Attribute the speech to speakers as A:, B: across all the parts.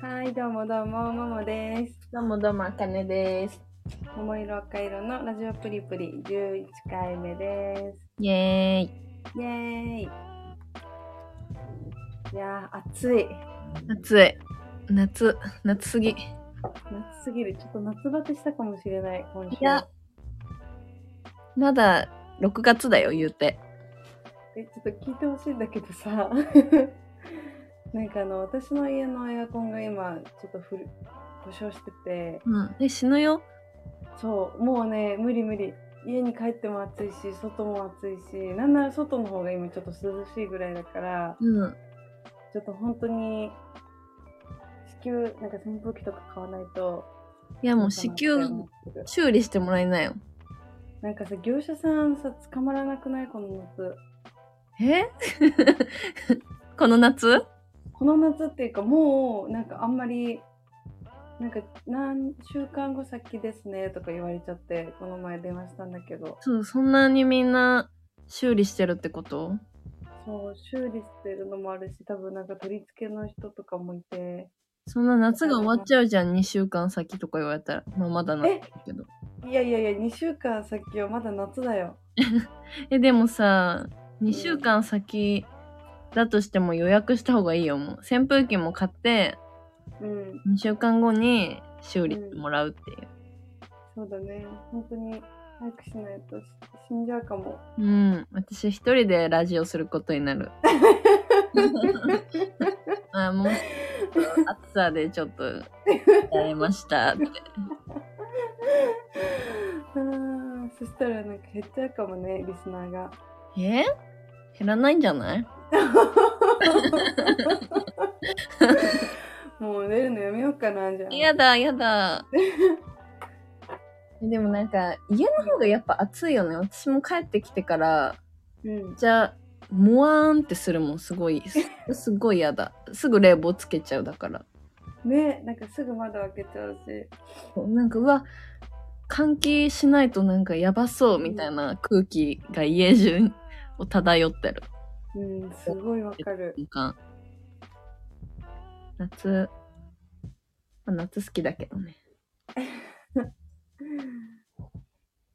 A: はい、どうもどうも、ももです。
B: どうもどうも、あかねです。
A: 桃色赤色のラジオプリプリ11回目です。
B: イェーイ。
A: イエーイ。いやー、暑い。
B: 暑い。夏、夏すぎ。い
A: 夏すぎる。ちょっと夏バテしたかもしれない、今週。
B: や、まだ6月だよ、言うて。
A: え、ちょっと聞いてほしいんだけどさ。 なんかあの、私の家のエアコンが今、ちょっとふる故障してて、
B: うん。え、死ぬよ。
A: そう、もうね、無理無理。家に帰っても暑いし、外も暑いし、なんなら外の方が今ちょっと涼しいぐらいだから、
B: うん。
A: ちょっと本当に地球なんか扇風機とか買わないと
B: い
A: い
B: や、もう子宮修理してもらえないよ。
A: なんかさ業者さんさ捕まらなくないこの夏
B: え この夏
A: この夏っていうかもうなんかあんまりなんか何週間後先ですねとか言われちゃってこの前電話したんだけど
B: そう、そんなにみんな修理してるってこと
A: そう修理してるのもあるし多分なんか取り付けの人とかもいて
B: そんな夏が終わっちゃうじゃん、2週間先とか言われたら。まあ、まだな
A: え
B: けど。
A: いやいやいや2週間先はまだ夏だよ
B: えでもさ2週間先だとしても予約した方がいいよもう扇風機も買って
A: うん
B: 2週間後に修理してもらうっていう
A: そうだね。本当に早くしないとし死んじゃうか も。
B: うん、私一人でラジオすることにな るあもう暑さでちょっとやれました って
A: あーそしたらなんか減っちゃうかもね、リスナーが。
B: え減らないんじゃない
A: もう出るのやめようかな、じゃあ。
B: やだやだ でもなんか家の方がやっぱ暑いよね私も帰ってきてから
A: うん。
B: じゃあもわーんってするもんすごいすすごいやだすぐ冷房つけちゃうだから
A: ね、なんかすぐ窓開けちゃうし。
B: なんかうわ換気しないとなんかやばそうみたいな空気が家中を漂ってる
A: うん、すごいわかる。
B: 瞬間夏まあ夏好きだけどね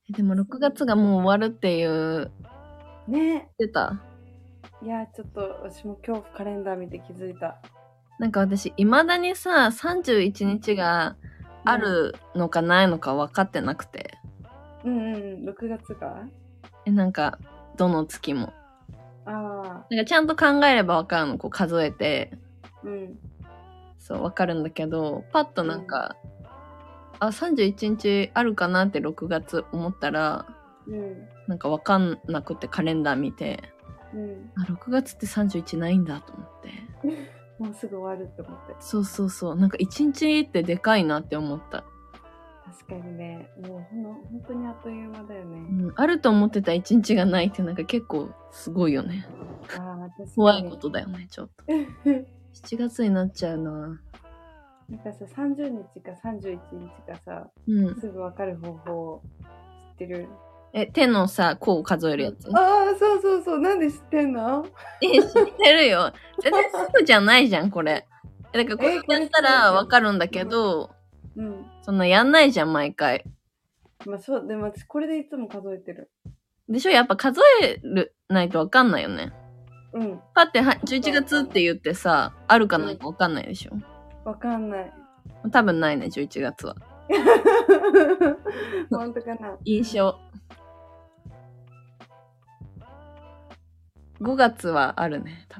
B: えでも6月がもう終わるっていう
A: ね。
B: 出た
A: いや、ちょっと私も今日カレンダー見て気づいた。
B: なんか私いまだにさ31日があ。るのかないのか分かってなくて、
A: うんうんうん、6月が
B: えなんかどの月も
A: ああ、
B: なんかちゃんと考えれば分かるのこう数えて
A: うん。
B: そう分かるんだけどパッとなんか、あ31日あるかなって6月思ったら
A: うん。
B: なんか分かんなくてカレンダー見て
A: うん。
B: あ6月って31ないんだと思って
A: もうすぐ終わるって思って。
B: そうそうそうなんか1日ってでかいなって思った、
A: 確かにね、もうほんの本当にあっという間だよね。
B: うん、あると思ってた1日がないってなんか結構すごいよね
A: ああ、確かに。
B: 怖いことだよねちょっと7月になっちゃうな
A: なんかさ、30日か31日かさ、
B: うん
A: すぐ分かる方法知ってる
B: え、手のさ、こう数えるやつ。
A: ああ、そうそうそう、なんで知ってんの
B: え、知ってるよ。全然すぐじゃないじゃん、これ。えだからこ
A: えこ
B: う
A: れ
B: やったらわかるんだけど、
A: うん。
B: そんなやんないじゃん、毎回。
A: まあそう、でも私これでいつも数えてる。
B: でしょやっぱ数えるないとわかんないよね。
A: うん、
B: パっては11月って言ってさ、あるかないかわかんないでしょ、
A: わかん ない。
B: 多分ないね、11月は。
A: 本当かな。
B: 印象。5月はあるね、多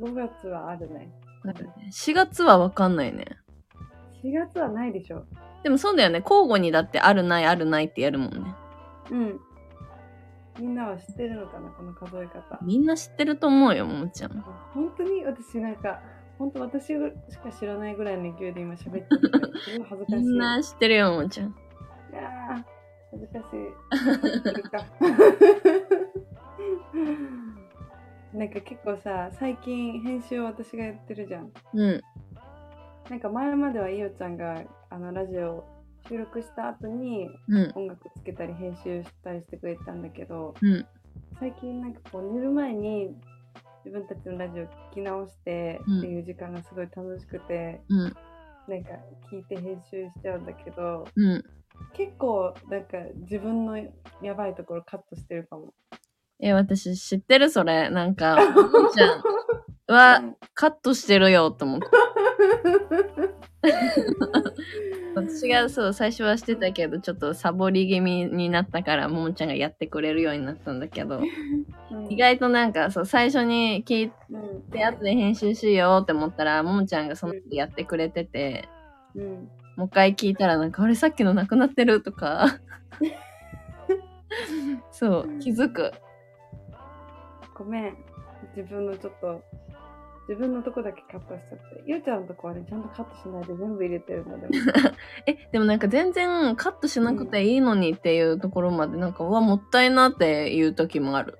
B: 分。
A: 5月はあるね。
B: あるね4月はわかんないね。
A: 4月はないでしょ。
B: でもそうだよね、交互にだってあるないあるないってやるもんね。
A: うん。みんなは知ってるのかな、この数え方。
B: みんな知ってると思うよ、ももちゃん。
A: 本当に私なんか、本当私しか知らないぐらいの勢いで今喋ってるから、すごい恥ずかしい。
B: みんな知ってるよ、ももちゃん。
A: いやー恥ずかしい。なんか結構さ最近編集を私がやってるじゃん。
B: うん。
A: なんか前まではイオちゃんがあのラジオ収録した後に
B: うん。
A: 音楽つけたり編集したりしてくれてたんだけど、
B: うん
A: 最近なんかこう寝る前に自分たちのラジオ聞き直してっていう時間がすごい楽しくて、
B: うん。
A: なんか聞いて編集しちゃうんだけど
B: うん。
A: 結構なんか自分のやばいところカットしてるかも。
B: え、私知ってるそれ。なん か、お兄ちゃんはカットしてるよと思って。私がそう、最初はしてたけど、ちょっとサボり気味になったから、ももちゃんがやってくれるようになったんだけど、
A: うん
B: 意外となんかそう、最初に聞い
A: うん
B: て、後で編集しようって思ったら、ももちゃんがその時やってくれてて、
A: うん
B: もう一回聞いたらなんか、あれさっきのなくなってると か、そう、気づく。
A: ごめん自分のちょっと自分のとこだけカットしちゃってゆうちゃんのとこはねちゃんとカットしないで全部入れてるの でも
B: えでもなんか全然カットしなくていいのにっていうところまでなんか、うわもったいなっていう時もある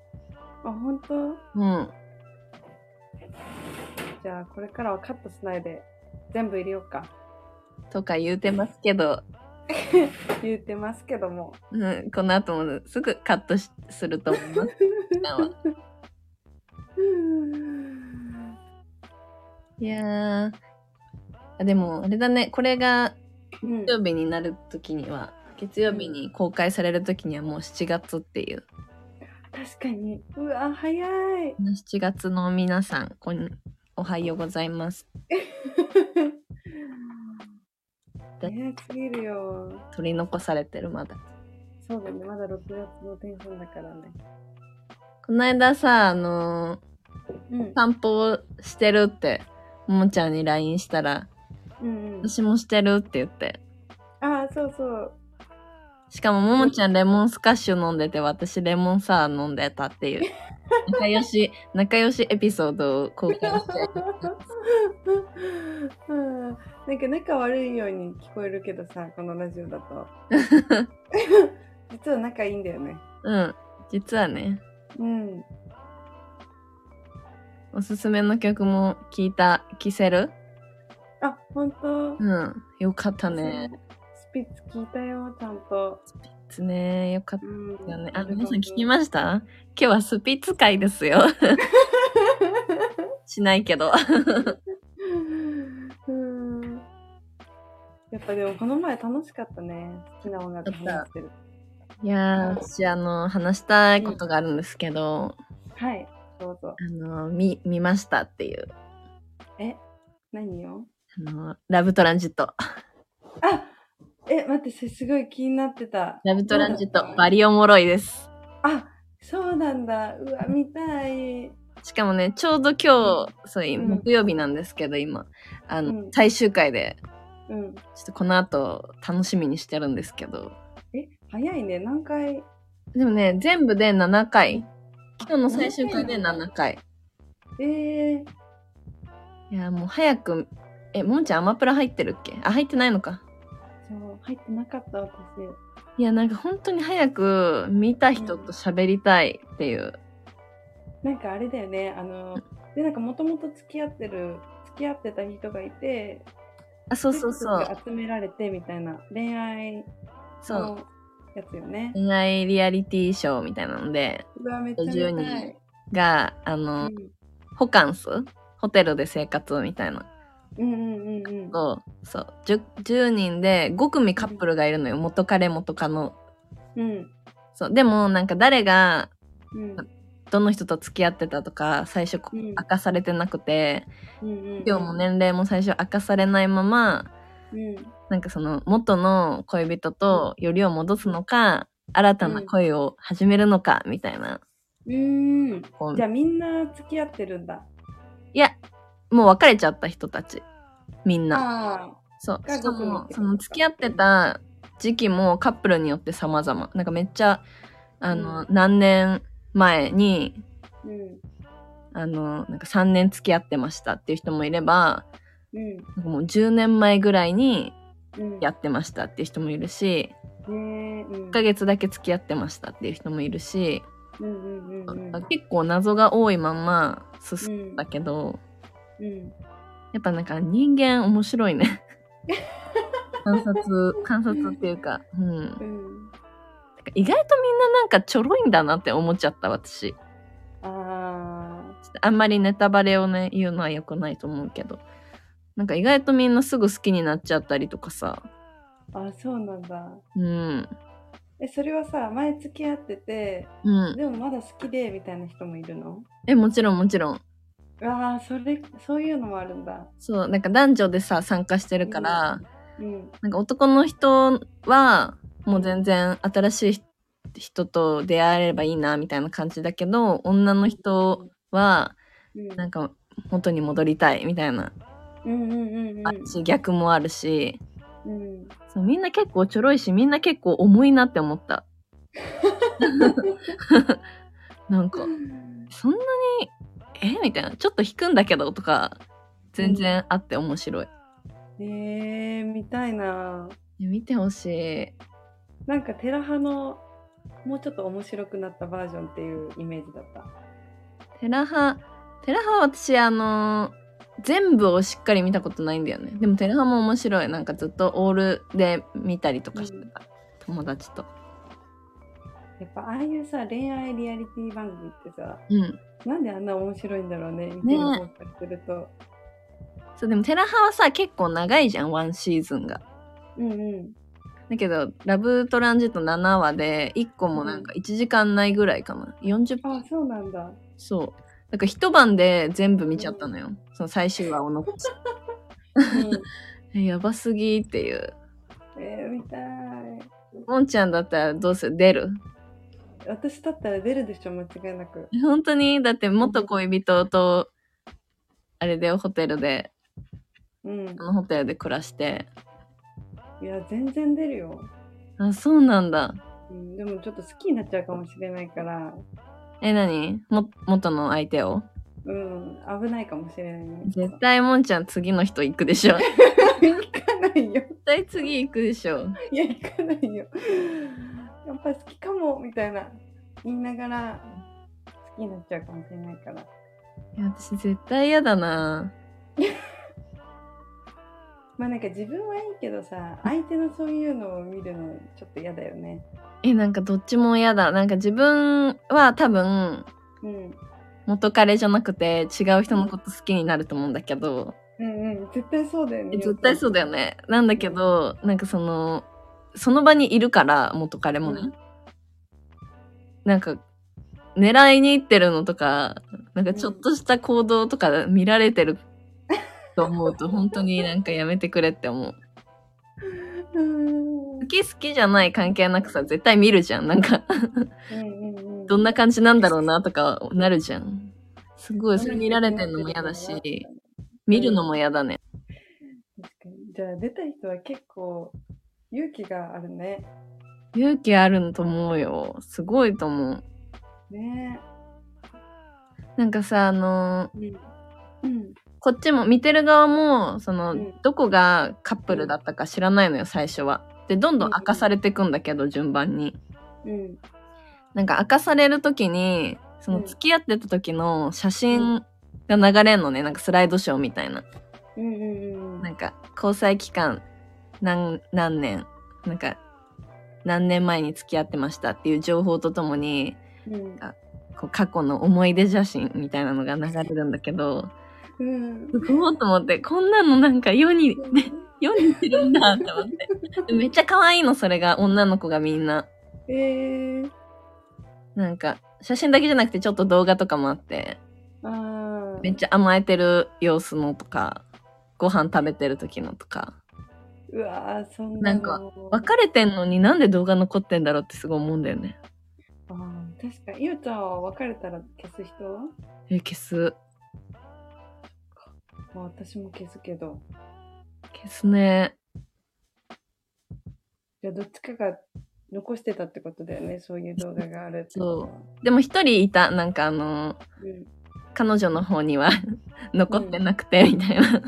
A: あ本当
B: うん
A: じゃあこれからはカットしないで全部入れようか
B: とか言うてますけど、
A: 言ってますけども
B: うん、この後もすぐカットしすると思いますだわいやーあでもあれだねこれが
A: うん
B: 月曜日になる時には月曜日に公開される時にはもう7月っていう
A: 確かにうわ早い
B: 7月の皆さんこんおはようございます
A: 早すぎるよ
B: 取り残されてるまだ
A: そうだねまだ6月のテンションだからね
B: この間さあのー
A: うん
B: 散歩をしてるって、ももちゃんに LINE したら、
A: うんうん
B: 私もしてるって言って。
A: ああそうそう
B: しかも、ももちゃんレモンスカッシュ飲んでて、私レモンサワー飲んでたっていう、仲良し、仲良しエピソードを公開して。
A: うんなんか仲悪いように聞こえるけどさこのラジオだ と実は仲いいんだよね
B: うん。実はね、
A: うん
B: おすすめの曲も聞いた、キセル
A: あ本当
B: うん。よかったね。
A: スピッツ聞いたよちゃんと、
B: ですね。よかっ
A: うん
B: たよね。あ、皆さん聞きました今日はスピッツ会ですよ。しないけど。
A: うんやっぱでもこの前楽しかったね好きな音楽話してる
B: いやー、私、あの、話したいことがあるんですけど、
A: はいどうぞ
B: あの、見、見ましたっていう、
A: え何よ
B: あの、ラブトランジッ
A: あ
B: ト。
A: え待ってそれすごい気になってた
B: ラブトランジット、バリおもろいです。
A: あそうなんだうわ見たい
B: しかもね、ちょうど今日、そう、
A: ん
B: 木曜日なんですけど、今、あの、
A: うん
B: 最終回で、
A: うん
B: ちょっとこの後、楽しみにしてるんですけど。
A: え早いね何回
B: でもね、全部で7回。今日の最終回で7回。
A: えー、
B: いやー、もう早く、え、もんちゃんアマプラ入ってるっけあ、入ってないのか。
A: そう入ってなかった私
B: いや、なんか本当に早く見た人と喋りたいっていう。
A: なんかあれだよねあのでなんかもともと付き合ってる付き合ってた人がいて
B: あ、そうそうそう。
A: 集められてみたいな恋愛
B: そう。
A: のやつよね
B: 恋愛リアリティショーみたいなので、
A: うわめっちゃ見たい、
B: が、あ
A: う
B: の
A: ん、、
B: ホカンスホテルで生活みたいな
A: うんうんうんうん
B: のを、そう、10, 10人で5組カップルがいるのよ。元彼元カノ。
A: うん
B: そう。でも、なんか誰が、
A: うん
B: どの人と付き合ってたとか、最初こ
A: うん
B: 明かされてなくて、
A: うんうん
B: 今日も年齢も最初明かされないまま、
A: うん
B: なんかその元の恋人とよりを戻すのか、新たな恋を始めるのか、みたいな。
A: うんうん
B: こう
A: じゃあみんな付き合ってるんだ
B: いや、もう別れちゃった人たち。みんな。
A: ああ
B: そう。
A: が
B: しか
A: ごくにっ
B: も、
A: てこと
B: その付き合ってた時期もカップルによって様々。なんかめっちゃ、あの、何年前に、
A: うん
B: あの、なんか3年付き合ってましたっていう人もいれば、
A: うん
B: なんかもう10年前ぐらいに
A: うん
B: やってましたっていう人もいるし、
A: ねえうん
B: 1ヶ月だけ付き合ってましたっていう人もいるし、
A: うんうんうんうん
B: 結構謎が多いまま進ん
A: うん
B: だけど、
A: うん
B: やっぱなんか人間面白 いね。観察、観察っていうか、うん。て
A: う
B: か
A: ん
B: 意外とみんななんかちょろいんだなって思っちゃった私。ちょ
A: あ
B: っとあんまりネタバレをね、言うのは良くないと思うけど。
A: ー
B: なんか意外とみんなすぐ好きになっちゃったりとかさ。
A: あそうなんだ
B: うん。
A: えそれはさ前付き合ってて
B: うん。
A: でもまだ好きでみたいな人もいるの
B: え、もちろんもちろん。
A: うわあそれそういうのもあるんだ
B: そう、なんか男女でさ、参加してるから、
A: うん
B: なんか男の人は、もう全然新しい人人と出会えればいいな、みたいな感じだけど、女の人は、
A: うん
B: なんか元に戻りたい、みたいな。
A: うんうんうん
B: あるし、逆もあるし。
A: うんうん
B: そうみんな結構ちょろいし、みんな結構重いなって思った。 なんか、そんなに、えみたいな。ちょっと引くんだけどとか、全然あって面白い。
A: えー、見たいな
B: 見てほし
A: なんかテラハのもうちょっと面白くなったバージョンっていうイメージだった
B: い。テラハ、テラハは私、あのー全部をしっかり見たことないんだよね。でもテラハも面白い。なんかずっとオールで見たりとかしてた。友達と。
A: やっぱああいうさ恋愛リアリティ番組ってさ
B: うん。
A: なんであんな面白いんだろうねみたいな思ったりすると、
B: そう、でもテラハはさ、結構長いじゃん、ワンシーズンが。
A: うんうん
B: だけど、ラブトランジット7話で、1個もなんか1時間ないぐらいかな。40分
A: あそうなんだ
B: そう。なんか一晩で全部見ちゃったのよ。その最終話を残 す。えやばすぎっていう。
A: うん、えー、見たい
B: もんちゃんだったらどうする出る
A: 私だったら出るでしょ間違いなく
B: え 本当にだって元恋人と、あれだよ、ホテルで、
A: うん
B: あのホテルで暮らして。
A: いや全然出るよ、
B: あ、そうなんだ。
A: うん、でもちょっと好きになっちゃうかもしれないから
B: え、何も、元の相手を
A: うん危ないかもしれないね
B: 絶対もんちゃん次の人行くでしょ。絶
A: 行かないよ
B: 対次行くでしょ。
A: いや行かないよやっぱ好きかもみたいな言いながら好きになっちゃうかもしれないから
B: いや、私絶対嫌だな
A: まあなんか自分はいいけどさ相手のそういうのを見るのちょっと嫌だよね
B: え、なんかどっちも嫌だ。なんか自分は多分、
A: うん
B: 元彼じゃなくて違う人のこと好きになると思うんだけど、
A: うんうん絶対そうだよね
B: え絶対そうだよねなんだけどなんかそのその場にいるから元彼もね、
A: うん
B: なんか狙いに行ってるのとかなんかちょっとした行動とか見られ てると思うと本当になんかやめてくれって思う
A: うんうん
B: 好き好きじゃない関係なくさ絶対見るじゃんなんか
A: うんうん
B: どんな感じなんだろうなとかなるじゃんすごいそれ見られてるのも嫌だし見るのも嫌だね
A: 確かにじゃあ出た人は結構勇気があるね
B: 勇気あると思うよ。すごいと思う。
A: ね
B: なんかさ、あの
A: えうん
B: こっちも見てる側も、その、
A: うん
B: どこがカップルだったか知らないのよ、最初は。で、どんどん
A: うんうん
B: 明かされてくんだけど、順番に。
A: うん
B: なんか明かされる時に、その
A: うん
B: 付き合ってた時の写真が流れんのね、なんかスライドショーみたいな。
A: うんうんうん
B: なんか、交際期間、何、何年、なんか、何年前に付き合ってましたっていう情報とともに、
A: うん
B: こう過去の思い出写真みたいなのが流れるんだけど、
A: うん
B: す ごいと思って、こんなのなんか世に、世に出るんだって思って。めっちゃ可愛いの、それが、女の子がみんな。
A: えー、
B: なんか、写真だけじゃなくてちょっと動画とかもあって、
A: あ
B: めっ
A: ー
B: ちゃ甘えてる様子のとか、ご飯食べてる時のとか。
A: うわーそん
B: な
A: なん
B: か
A: の
B: 別れてんのになんで動画残ってんだろうってすごい思うんだよね。
A: あー確かにゆうちゃんは別れたら消す人も
B: え、消す。
A: う私も消すけど
B: 消すね。
A: じゃあどっちかが残してたってことだよねそういう動画があるってことは
B: でも一人いた、なんかあの
A: うん
B: 彼女の方には 残ってなくて、みたいな。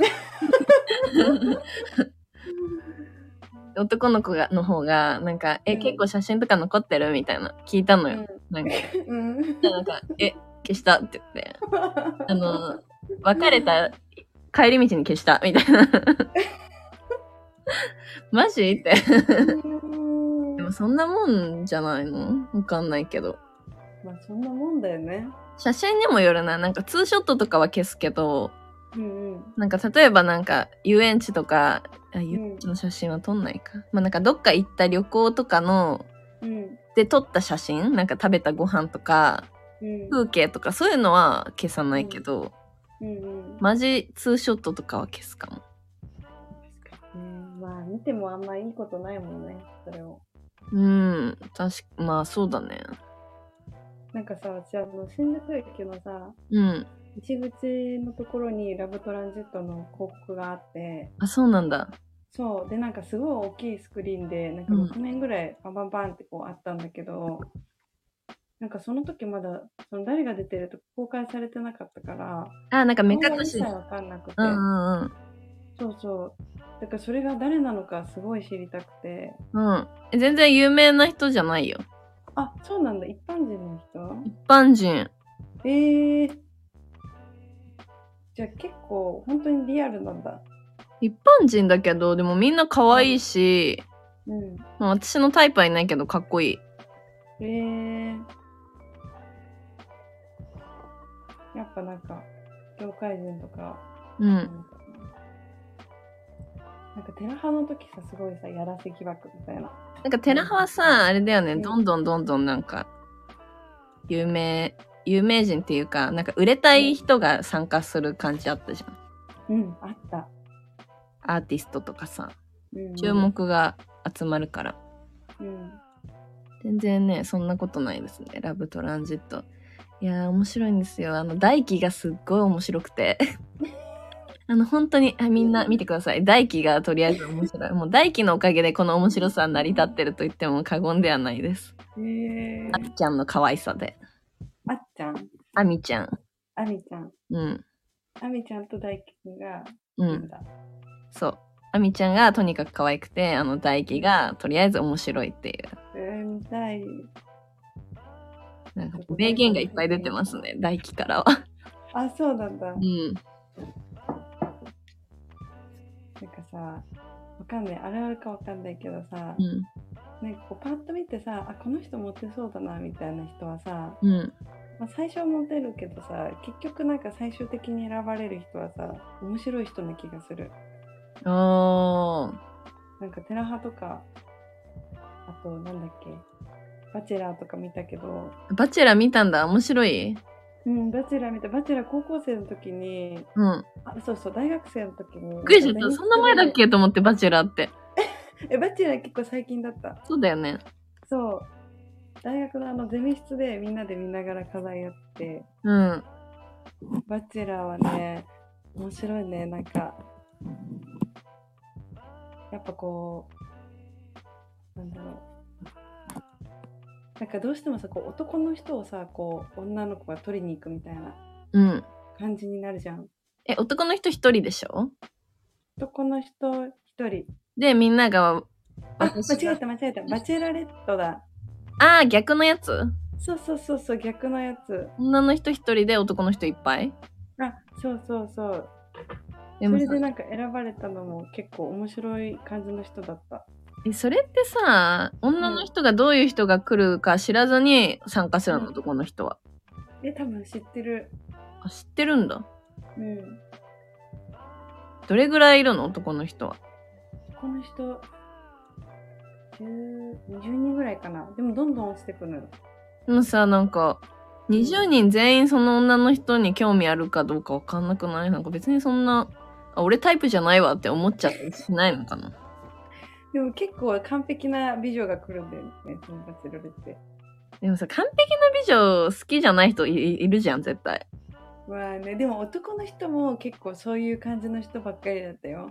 B: 男の子がの方が、なんか、え、
A: うん
B: 結構写真とか残ってるみたいな、聞いたのよ。なんか、
A: うんうん
B: なんか、え、消したって言って、あの、別れた、帰り道に消した、みたいな。 マジって。
A: うん
B: でもそんなもんじゃないのわかんないけど。
A: まあそんなもんだよね
B: 写真にもよるな。なんか、ツーショットとかは消すけど、
A: うんうん。
B: なんか例えばなんか遊園地とか、あ遊
A: うん
B: 園地の写真は撮んないか。まあなんかどっか行った旅行とかの、
A: うん。
B: で撮った写真なんか食べたご飯とか、
A: うん。
B: 風景とかそういうのは消さないけど、
A: うんうん。
B: マジツーショットとかは消すかも。
A: うんまあ、見てもあんまいいことないもんね、それを。
B: うん、確か、まあそうだね。
A: なんかさ、私あの、新宿駅のさ、
B: うん。
A: 入り口のところにラブトランジットの広告があって、
B: あ、そうなんだ。
A: そう、で、なんかすごい大きいスクリーンで、なんか
B: うん
A: 6面ぐらいバンバンバンってこうあったんだけど、なんかその時まだ、その誰が出てるとか公開されてなかったから、
B: あ、なんか目
A: 顔が
B: 隠
A: 一
B: し。
A: 切
B: う
A: わかんなくて、
B: んうんうん。
A: そうそう。だからそれが誰なのかすごい知りたくて、
B: うん。え全然有名な人じゃないよ。
A: あ、そうなんだ、一般人の人
B: 一般人。
A: ええー。じゃあ結構本当にリアルなんだ。
B: 一般人だけど、でもみんな可愛いし、
A: うん。
B: まあ、私のタイプはいないけどかっこいい。
A: ええやっぱなんか、業界人とか、
B: う
A: なん
B: ん。
A: かなんかテラハの時さ、すごいさ、やらせ疑惑みたいな。
B: なんか、寺派はさ、あれだよね、
A: うん
B: どんどんどんどんなんか、有名、有名人っていうか、なんか売れたい人が参加する感じあったじゃん。
A: うん、あった。
B: アーティストとかさ、
A: うん、
B: 注。目が集まるから。
A: うん。
B: 全然ね、そんなことないですね。ラブトランジット。いやー、面白いんですよ。あの、大輝がすっごい面白くて。あの、本当に、あみんな見てください。大輝がとりあえず面白い。もう大輝のおかげでこの面白さは成り立ってると言っても過言ではないです。
A: ええ
B: あみちゃんの可愛さで。
A: あっちゃん、
B: あみちゃん。
A: あみちゃん、
B: うん。
A: あみちゃんと大輝くんが、
B: う
A: いいん
B: ん。
A: だ。
B: そう。あみちゃんがとにかく可愛くて、あの、大輝がとりあえず面白いっていう。
A: えー、見たい。
B: なんか、名言がいっぱい出てますね。大輝からは。
A: あ、そうなんだ。
B: うん。
A: なんかさ、わかんない、あるあるかわかんないけどさ、
B: うん。
A: なんかこうパッと見てさあこの人モテそうだなみたいな人はさ、
B: うん。
A: まあ、最初はモテるけどさ結局なんか最終的に選ばれる人はさ面白い人な気がする
B: あー。
A: なんかテラハとかあとなんだっけバチェラーとか見たけど
B: バチェラー見たんだ。面白い
A: うんバチェラー見たバチェラー高校生の時に
B: うん。
A: あそうそう大学生の時に
B: びっくりしちゃった。そんな前だっけと思って、バチェラーって。
A: えバチェラー結構最近だった
B: そうだよね。
A: そう大学のあのゼミ室でみんなで見ながら課題やって
B: うん。
A: バチェラーはね、面白いね、なんか、やっぱこう、なんだろう。なんかどうしてもさ、こう男の人をさ、こう女の子が取りに行くみたいな
B: うん。
A: 感じになるじゃん。
B: え、男の人一人でしょ
A: 男の人一人。
B: で、みんなが、
A: あ、
B: 私が
A: 間違えた間違えた。バチェラレットだ。
B: あー、逆のやつ
A: そうそうそうそう、逆のやつ。
B: 女の人一人で男の人いっぱい
A: あ、そうそうそう。
B: で
A: そ
B: も
A: れ
B: さ
A: でなんか選ばれたのも結構面白い感じの人だった。
B: えそれってさ、女の人がどういう人が来るか知らずに参加するの、
A: うん
B: 男の人は。
A: え、多分知ってる。
B: あ、知ってるんだ。
A: うん。
B: どれぐらいいるの男の人は。
A: この人10 20人ぐらいかなでもどんどん落ちてくのよ
B: でもさ、なんか、20人全員その女の人に興味あるかどうかわかんなくないなんか別にそんな、あ、俺タイプじゃないわって思っちゃったりしないのかな
A: でも結構完璧な美女が来るんだよねそのバチェロレって
B: でもさ、完璧な美女好きじゃない人いいいるじゃん、絶対。
A: まあねでも男の人も結構そういう感じの人ばっかりだったよ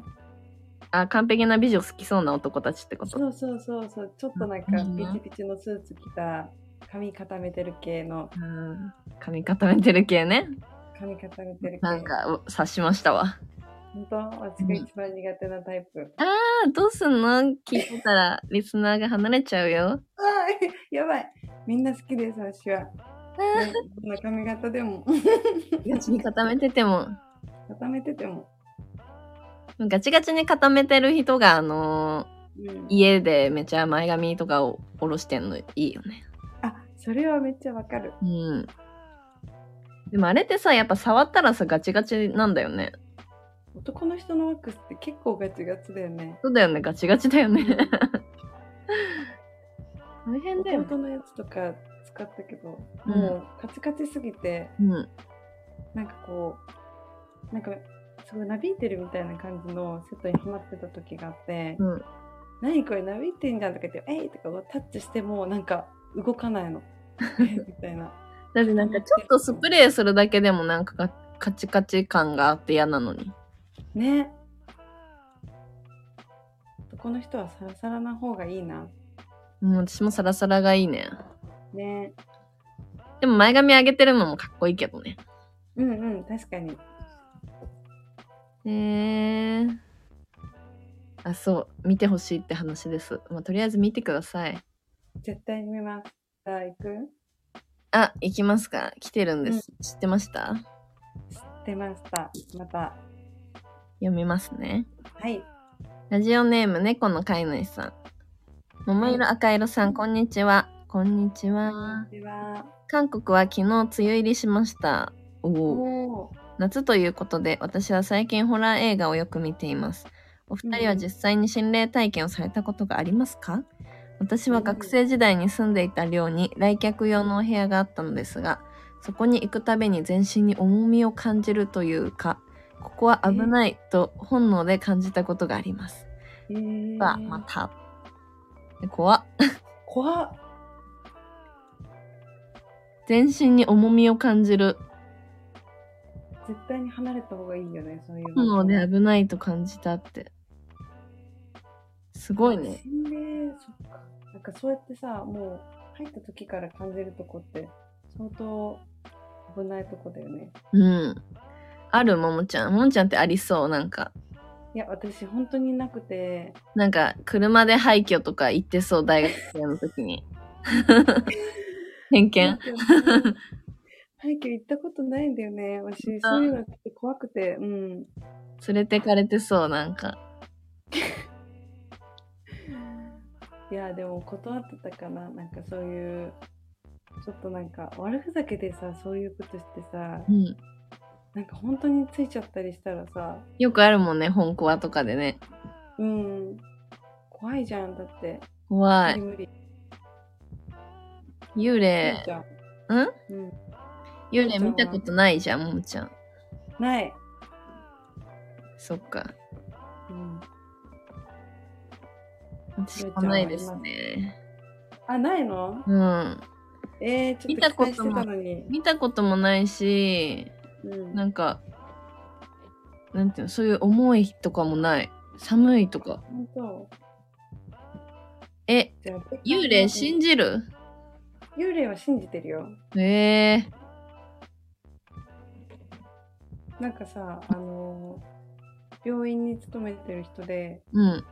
B: あ、完璧な美女好きそうな男たちってこと。
A: そうそうそうそうちょっとなんか
B: うん
A: ピチピチのスーツ着た髪固めてる系の
B: うん。髪固めてる系ね。
A: 髪固めてる系
B: なんか、お察しましたわ。
A: 本当私が一番苦手なタイプ、あ
B: あ、どうすんの聞いてたら、リスナーが離れちゃうよ。
A: ーやばいみんな好きです私は、ね、どんな髪型でも
B: ガチに固めてても。
A: 固めてても、
B: ガチガチに固めてる人が、あのー
A: うん
B: 家でめちゃ前髪とかを下ろしてんのいいよね。
A: あそれはめっちゃわかる
B: うん。でもあれってさ、やっぱ触ったらさ、ガチガチなんだよね。
A: 男の人のワックスって結構ガチガチだよ ね。
B: そうだよね、ガチガチだよね。 大変だよ、ね。
A: 弟のやつとか使ったけど、
B: うん
A: もうカチカチすぎて、
B: うん。
A: なんかこう、なんかすごいなびいてるみたいな感じのセットにハマってた時があって、
B: うん
A: 何これなびいてんじゃんとか言って、えいとかこうタッチしてもなんか動かない の。えいみたいな。
B: だってなんかちょっとスプレーするだけでもなんかカカチカチ感があって嫌なのに。
A: ね。男の人はサラサラな方がいいな。
B: もう私もサラサラがいいね。
A: ね。
B: でも前髪上げてるのもかっこいいけどね。
A: うんうん、確かに。
B: へえー。あ、そう。見てほしいって話です。まあ、とりあえず見てください。
A: 絶対に見ます。さあ、行く
B: あ、行きますか。来てるんです。知ってました
A: 出ました。また。
B: 読みますね。
A: はい。
B: ラジオネーム猫の飼い主さん。桃色赤色さん、こんにちは。こんにちは。
A: では、
B: 韓国は昨日梅雨入りしました。お
A: お
B: お。
A: おー。
B: 夏ということで、私は最近ホラー映画をよく見ています。お二人は実際に心霊体験をされたことがありますか私は学生時代に住んでいた寮に来客用のお部屋があったのですが、そこに行くたびに全身に重みを感じるというか、ここは危ないと本能で感じたことがあります。
A: えー、
B: はまた。怖っ。
A: 怖っ。
B: 全身に重みを感じる。
A: 絶対に離れた方がいいよね、そういう
B: 本能
A: ね
B: で危ないと感じたって。すごいね。
A: 心霊、そっか。なんかそうやってさ、もう入った時から感じるとこって、相当危ないとこだよね。
B: うん。あるももちゃん。ももちゃんってありそう。なんか、
A: いや、私本当になくて、
B: なんか、車で廃墟とか行ってそう。大学生の 時に。偏見
A: 廃墟行ったことないんだよね。私、
B: あ
A: そういうのって怖くて、うん。
B: 連れてかれてそう。なんか。
A: いや、でも断ってたかな。なんかそういう、ちょっとなんか悪ふざけでさ、そういうことしてさ、
B: うん。
A: なんか本当についちゃったりしたらさ、
B: よくあるもんね。本コアとかでね。
A: うん。怖いじゃん、だって。
B: 怖い。
A: 無理無理。
B: 幽
A: 無
B: 霊
A: 理、じゃん。
B: うん
A: うん。
B: 幽霊見たことないじゃん、ももちゃん。
A: ない。
B: そっか。
A: うん。
B: 私はないですね。
A: あ、ないの
B: うん。
A: えー、ちょっ
B: 見た
A: と
B: こ
A: 期待
B: と
A: して
B: も
A: たのに。
B: 見たこともないし、
A: うん。
B: なんか、なんていうの、そういう思いとかもない。寒いとか。
A: 本当
B: え、
A: じゃあ
B: 幽霊信じる
A: 幽霊は信じてるよ。
B: ええ
A: なんかさ、あのー病院に勤めてる人で、
B: うん。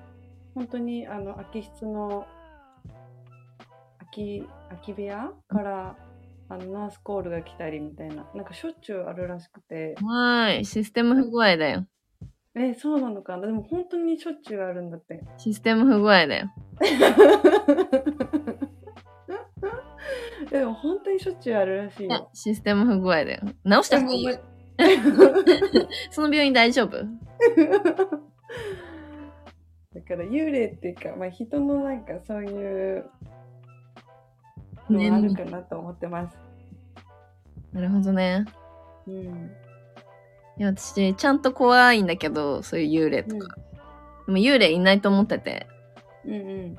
A: 本当にあの空き室の空き空き部屋からあのナースコールが来たりみたいな、なんかしょっちゅうあるらしくて、
B: はーい。システム不具合だよ。
A: えーそうなのかな、でも本当にしょっちゅうあるんだって。
B: システム不具合だよ。
A: でも本当にしょっちゅうあるらしい
B: いや
A: よ。
B: システム不具合だよ。直した方がいいよ。その病院大丈夫
A: だから幽霊っていうか、まあ、人のなんかそういうのがある
B: ね
A: かなと思ってます。
B: なるほどね。
A: うん。
B: いや、私、ちゃんと怖いんだけど、そういう幽霊とか。でも幽霊いないと思ってて。
A: うんうん。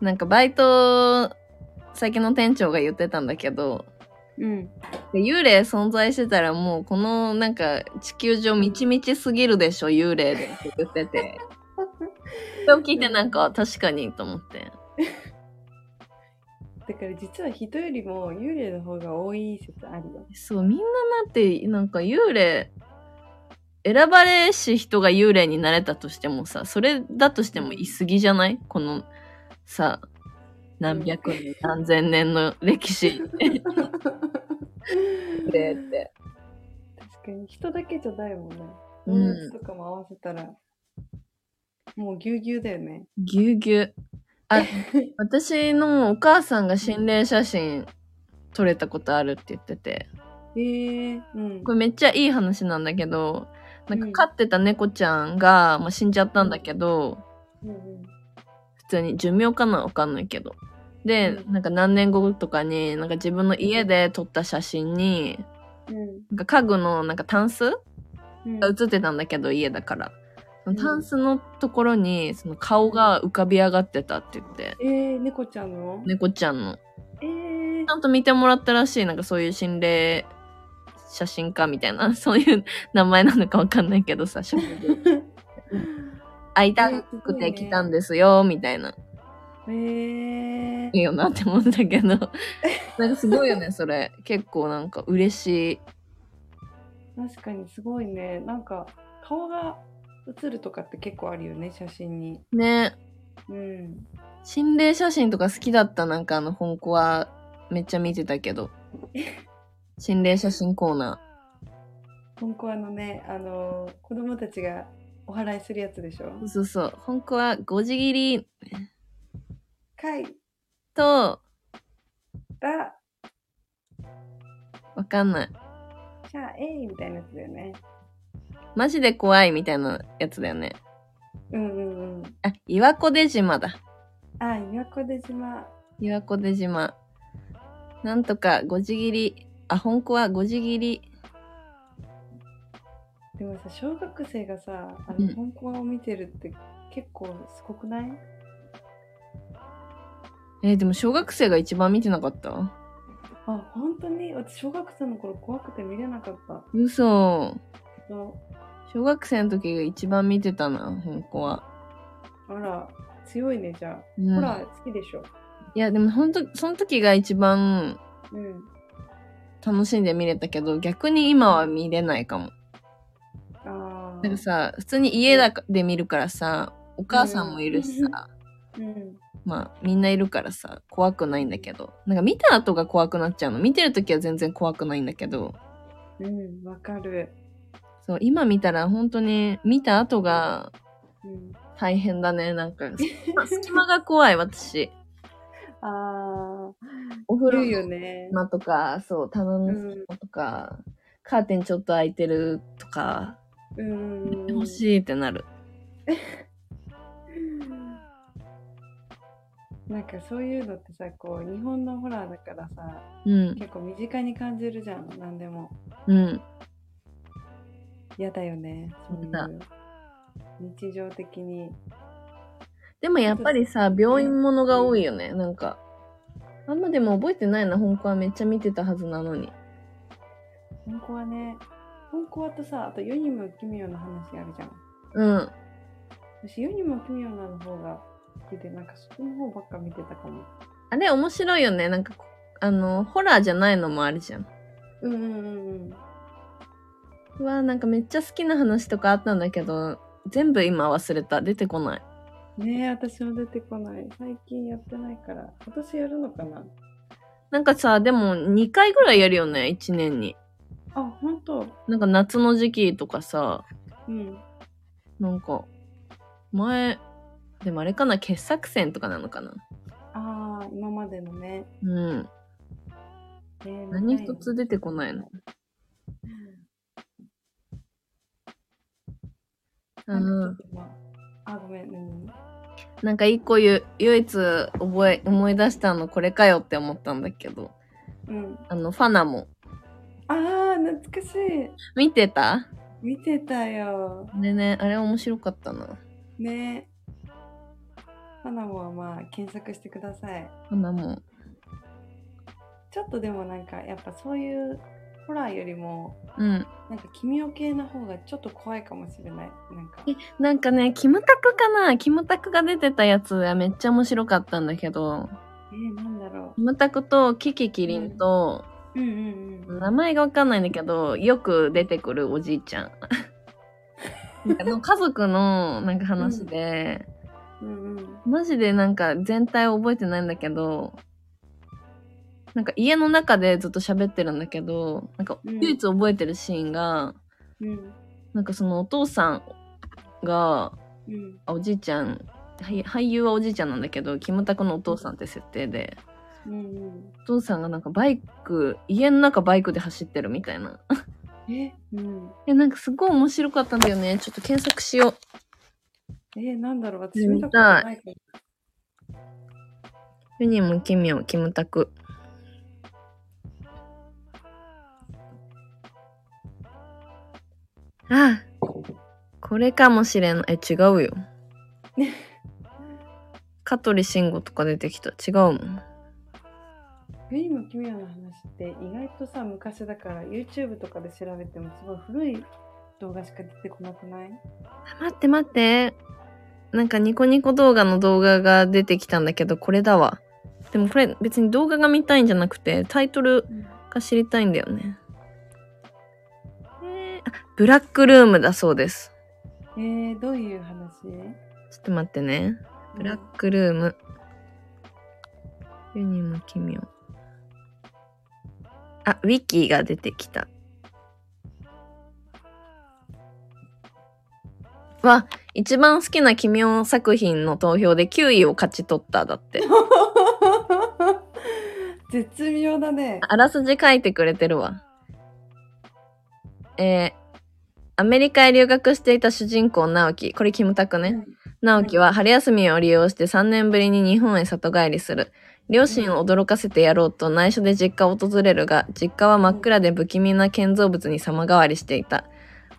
B: なんかバイト先の店長が言ってたんだけど
A: うん。
B: で幽霊存在してたらもうこのなんか地球上みちみちすぎるでしょ幽霊でって言っててそれを聞いてなんか確かにと思って
A: だから実は人よりも幽霊の方が多い説あるよ。
B: そうみんななってなんか幽霊選ばれし人が幽霊になれたとしてもさそれだとしても言い過ぎじゃないこのさ何百年何千年の歴史幽霊って。
A: 確かに人だけじゃないもんね。
B: う
A: 動
B: ん
A: 物とかも合わせたら、もうぎゅうぎゅうだよね。
B: ぎゅうぎゅう。 あ、私のお母さんが心霊写真撮れたことあるって言ってて、
A: へえー、うん
B: こ。れめっちゃいい話なんだけど、なん
A: うん
B: か飼ってた猫ちゃんが、まあ、死んじゃったんだけど、
A: うんうん
B: 普通に寿命かなわかんないけど。で、
A: うん
B: なんか何年後とかに、なんか自分の家で撮った写真に、
A: うん
B: なんか家具のなんかタンス
A: うん
B: が写ってたんだけど、家だから。その
A: うん
B: タンスのところに、その顔が浮かび上がってたって言って、
A: えー、猫ちゃんの、
B: 猫ちゃんの。
A: えー
B: ちゃんと見てもらったらしい、なんかそういう心霊写真家みたいな、 そういう名前なのかわかんないけどさ、写真で会いたくて来たんですよ、みたいな。
A: えー
B: いいよなって思うんだけど。 なんかすごいよね、それ。結構なんか嬉しい。
A: 確かにすごいねなんか顔が映るとかって結構あるよね写真に
B: ね。
A: うん
B: 心霊写真とか好きだった、なんかあの本コはめっちゃ見てたけど。心霊写真コーナ
A: 本校のねあのー子供たちがお祓いするやつでしょ
B: ー。そうそう。本コは5時切り
A: かい
B: と、
A: だ
B: わかんない。
A: じゃあえいみたいなやつだよね
B: マジで怖いみたいなやつだよね。
A: うんうんうん
B: あ、岩子出島だ。
A: あ岩子出島
B: 岩子出島。なんとか5時切り。あ、本コは5時切り。
A: でもさ小学生がさあ
B: う
A: の
B: ん
A: 本校を見てるって結構すごくない
B: えーでも小学生が一番見てなかった
A: あ本当に私小学生の頃怖くて見れなかった
B: 嘘。
A: そう
B: 小学生の時が一番見てたな、本コは。
A: あら強いねじゃあ、
B: うん
A: ほら好きでしょ
B: いや、でも本当その時が一番
A: うん
B: 楽しんで見れたけど、逆に今は見れないかも。
A: ああ
B: なんかさ、普通に家だかで見るからさ、お母さんもいるしさ、
A: うん
B: まあみんないるからさ、怖くないんだけど、なんか見た後が怖くなっちゃうの。見てる時は全然怖くないんだけど、
A: うんわかる、
B: そう、今見たら本当に見た後が
A: うん、
B: 大変だね、なんか。 隙間が怖い、私。
A: ああ
B: お風
A: 古
B: 呂
A: いよ
B: の
A: ね
B: 隙間とか、そう、棚の隙間とか、カーテンちょっと開いてるとか、
A: うん
B: 欲しいってなる。
A: なんかそういうのってさこう日本のホラーだからさ
B: うん、
A: 結構身近に感じるじゃん何でも
B: うん、
A: 嫌だよねそうい
B: 嫌
A: う日常的に
B: でもやっぱりさ、病院ものが多いよね、なんか。あんまでも覚えてないな、本校はめっちゃ見てたはずなのに。
A: 本校はね本校はとさあと世にも奇妙な話あるじゃん
B: うん。
A: 私世にも奇妙なの方が好きでなんかそこの方ばっか見てたかも
B: あれ面白いよね、なんか、あの、ホラーじゃないのもあるじゃん。
A: うんうんうんうん
B: うわ、なんかめっちゃ好きな話とかあったんだけど、全部今忘れた。出てこない。
A: ねえ私も出てこない最近やってないから今年やるのかな
B: なんかさ、でも2回ぐらいやるよね、1年に。
A: あ本当
B: なんか夏の時期とかさ、
A: うん
B: なんか、前、でもあれかな、傑作選とかなのかな。
A: ああ今までのね、
B: うん。
A: えー
B: 何
A: 見たい
B: 一
A: な
B: つ出てこないの。
A: なんかちょっと
B: うん。
A: 今あごめん何
B: なんか一個言う、唯一覚え、思い出したのこれかよって思ったんだけど、
A: うん
B: あの、ファナも。
A: ああ懐かしい
B: 見てた
A: 見てたよ
B: でね、あれ面白かったな。
A: ねハナモはまあ検索してください
B: ファナも。
A: ちょっとでもなんかやっぱそういうホラーよりも
B: うん。
A: なんか奇妙系の方がちょっと怖いかもしれないなんか
B: なんかね、キムタクかなキムタクが出てたやつはめっちゃ面白かったんだけど、
A: えー、なんだろ
B: キムタクとキキキリンと、
A: ううんうんうん
B: 名前がわかんないんだけど、よく出てくるおじいちゃん。なんかの家族のなんか話で、
A: うんうん
B: マジでなんか全体を覚えてないんだけど、なんか家の中でずっと喋ってるんだけど、なんか
A: うん
B: 唯一覚えてるシーンが、
A: うん
B: なんかそのお父さんが、
A: うん
B: あおじいちゃん、はい俳優はおじいちゃんなんだけど、キムタクのお父さんって設定で、
A: うんうん
B: お父さんがなんかバイク、家の中バイクで走ってるみたいな。
A: ええ、うん。
B: え、なんかすごい面白かったんだよね。ちょっと検索しよう。
A: え、なんだろう、
B: う
A: 私
B: ん
A: 見たことないかも。
B: ユニも奇妙、キムタク。あこれかもしれない。え、違うよ。香取慎吾とか出てきた。違うもん。
A: ユニも奇妙な話って意外とさ、昔だから YouTube とかで調べてもすごい古い動画しか出てこなくない
B: あ待って待って。なんかニコニコ動画の動画が出てきたんだけど、これだわ。でもこれ別に動画が見たいんじゃなくて、タイトルが知りたいんだよね。えーあ、ブラックルームだそうです。
A: えー、どういう話
B: ちょっと待ってね。ブラックルーム。ユニも奇妙。あ、ウィキが出てきた。は、一番好きな奇妙作品の投票で9位を勝ち取っただって。
A: 絶妙だね。
B: あらすじ書いてくれてるわ。えーアメリカへ留学していた主人公直樹。これキムタクね。
A: うん
B: 直樹は春休みを利用して3年ぶりに日本へ里帰りする。両親を驚かせてやろうと内緒で実家を訪れるが、実家は真っ暗で不気味な建造物に様変わりしていた。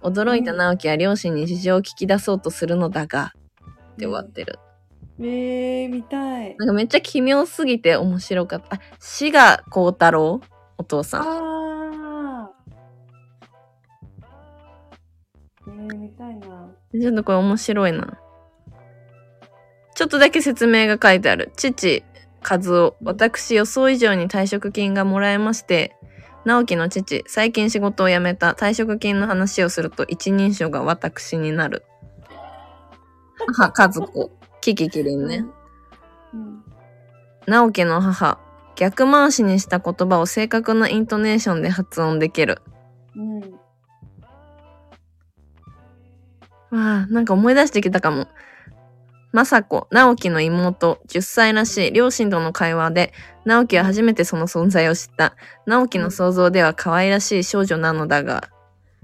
B: 驚いた直樹は両親に事情を聞き出そうとするのだが、って終わってる。
A: えー、見たい
B: な。んかめっちゃ奇妙すぎて面白かった。あ、志賀幸太郎お父さん。
A: あー。えー、見たいな。
B: ちょっとこれ面白いな。ちょっとだけ説明が書いてある。父、和夫、私予想以上に退職金がもらえまして、直樹の父、最近仕事を辞めた退職金の話をすると一人称が私になる。母、和子、キキキリンね。
A: うん。
B: 直樹の母、逆回しにした言葉を正確なイントネーションで発音できる。
A: うん。
B: わあ、なんか思い出してきたかも。雅子、直樹の妹、10歳らしい両親との会話で、直樹は初めてその存在を知った。直樹の想像では可愛らしい少女なのだが、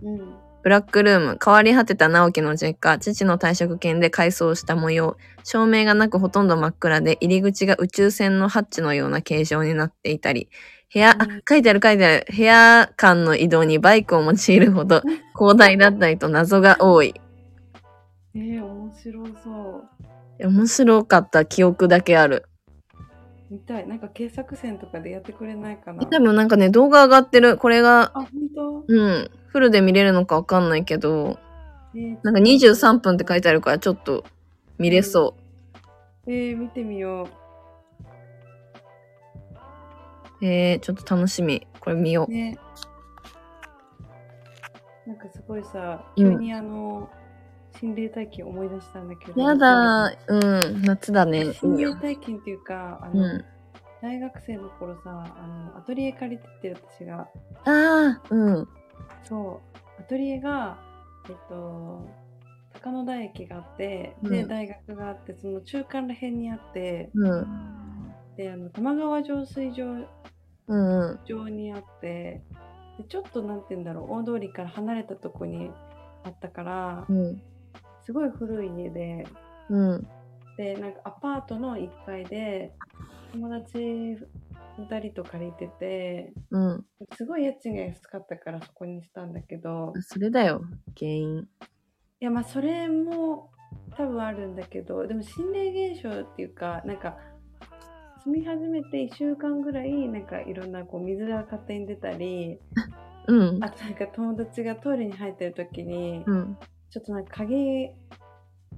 A: うん。
B: ブラックルーム、変わり果てた直樹の実家、父の退職金で改装した模様、照明がなくほとんど真っ暗で、入り口が宇宙船のハッチのような形状になっていたり、部屋、あ
A: うん、
B: 書いてある書いてある、部屋間の移動にバイクを用いる ほど広大だったりと謎が多い。
A: えー、面白そう。
B: 面白かった記憶だけある。
A: 見たい。なんか検索線とかでやってくれないかな。
B: 多分なんかね、動画上がってる。これが、
A: あ、本当
B: うん、フルで見れるのかわかんないけど、
A: えー
B: なんか23分って書いてあるからちょっと見れそ
A: えー、見てみよ
B: う。えー、ちょっと楽しみ。これ見よ
A: う。
B: う。
A: ね。なんかすごいさ、
B: うん
A: 急にあの、心霊体験思い出したんだけど。
B: やだー、うん、夏だね。い
A: 心霊
B: いよ。
A: 体験っていうか、あ
B: う
A: の、
B: ん。
A: 大学生の頃さ、あの、アトリエ借りてて私が、
B: あー、うん。
A: そう、アトリエが、えっと、高野台駅があって、
B: う
A: で、
B: ん
A: 大学があって、その中間ら辺にあって、
B: うん。
A: で、あの、玉川上水場
B: うんうん。
A: 上にあってでちょっとなんて言うんだろう大通りから離れたとこにあったから
B: うん。
A: すごい古い家で
B: うん。
A: でなんかアパートの1階で友達2人と借りてて
B: うん。
A: すごい家賃が安かったからそこにしたんだけど
B: それだよ、原因。
A: いやまあそれも多分あるんだけどでも心霊現象っていうかなんか住み始めて1週間ぐらいなんかいろんなこう水が勝手に出たり
B: うん。
A: あとなんか友達がトイレに入ってる時に、
B: うん。
A: ちょっとなんか鍵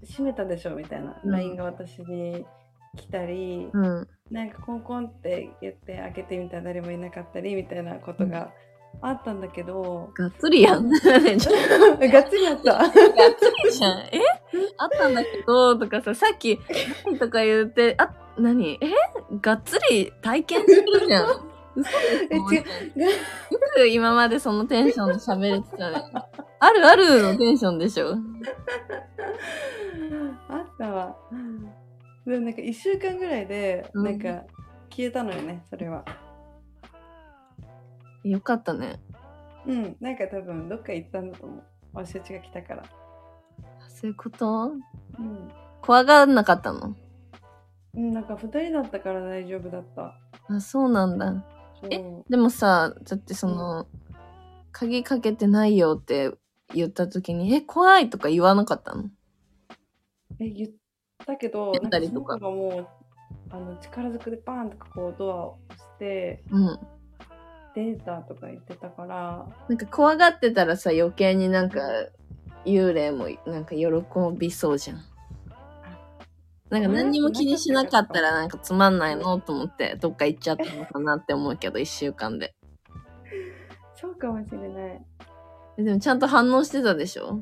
A: 閉めたでしょみたいな
B: うん
A: LINE が私に来たり、
B: うん。
A: なんかコンコンって言って開けてみたら誰もいなかったりみたいなことがあったんだけ ど、
B: がっつりやん。ちょっと
A: ガッツリ あった。
B: がっつりじゃん。えあったんだけど、とかさ、さっき、何とか言って、あ、何えがっつり体験してるじゃん。 嘘
A: え
B: で
A: 違う
B: しょよく今までそのテンションで喋れてたね。あるあるのテンションでしょ。
A: あったわ。でもなんか1週間ぐらいで
B: うん
A: なんか消えたのよね、それは。
B: よかったね。
A: うん、なんか多分どっか行ったんだと思う。私たちが来たから。
B: そういうこと
A: うん
B: 怖がんなかったの
A: うん、なんか2人だったから大丈夫だった。
B: あ、そうなんだ。
A: そう
B: でもさ、だってその、鍵かけてないよって言った時に、え、怖いとか言わなかったの
A: え言ったけど、
B: 言ったりとか
A: なんかその子がもうあの力ずくでバーンとかこうドアを押して
B: うん。
A: 出たとか言ってたから、
B: なんか怖がってたらさ、余計になんか、幽霊もなんか喜びそうじゃん。なんか何にも気にしなかったらなんかつまんないのと思ってどっか行っちゃったのかなって思うけど、一週間で。
A: そうかもしれない。
B: えでもちゃんと反応してたでしょ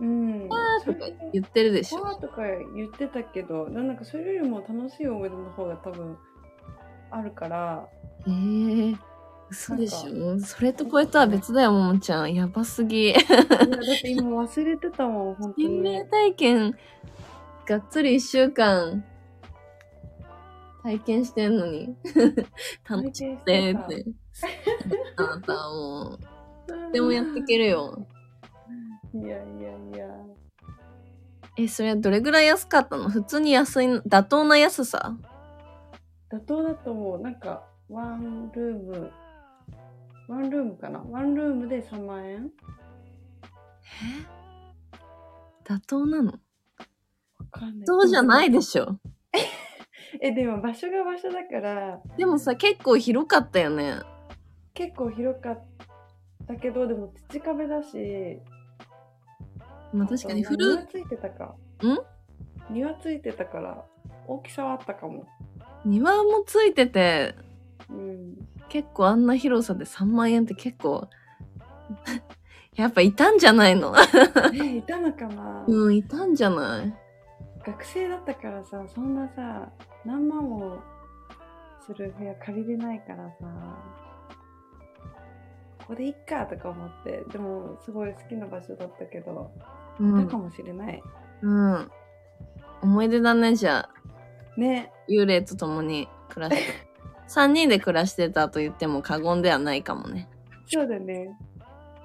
A: うん。
B: あーとか言ってるでし
A: それ
B: ょ
A: わーとか言ってたけど、でもなんかそれよりも楽しい思い出の方が多分あるから、
B: えー、嘘でしょそれとこれとは別だよ、ももちゃん。やばすぎ。
A: いやだって今忘れてたもん、本当に。
B: 人命体験、がっつり一週間、体験してんの に。楽しくてって。あなたはもう、でもやっていけるよ。
A: いやいやいや。
B: え、それはどれぐらい安かったの普通に安い、妥当な安さ
A: 妥当だと思う。なんか、ワンルーム、ワンルームかなワンルームで3万円
B: 妥当なの
A: わかんない。
B: そうじゃないでしょ。
A: え、でも場所が場所だから、
B: でもさ、結構広かったよね。
A: 結構広かったけど、でも土壁だし、
B: まあ確か
A: あ
B: に
A: と
B: フル
A: 庭ついてたか。
B: ん
A: 庭ついてたから、大きさはあったかも。
B: 庭もついてて、
A: うん。
B: 結構あんな広さで3万円って結構、 やっぱいたんじゃないの
A: え、いたのかな、
B: うん、いたんじゃない
A: 学生だったからさ、そんなさ、何万もする部屋借りれないからさ、ここでいっかとか思って、でもすごい好きな場所だったけど、
B: う
A: いた
B: ん
A: か。もしれない。
B: うん。思い出だね、じゃあ。
A: ね、
B: 幽霊と共に暮ら して。3人で暮らしてたと言っても過言ではないかもね。
A: そうだね。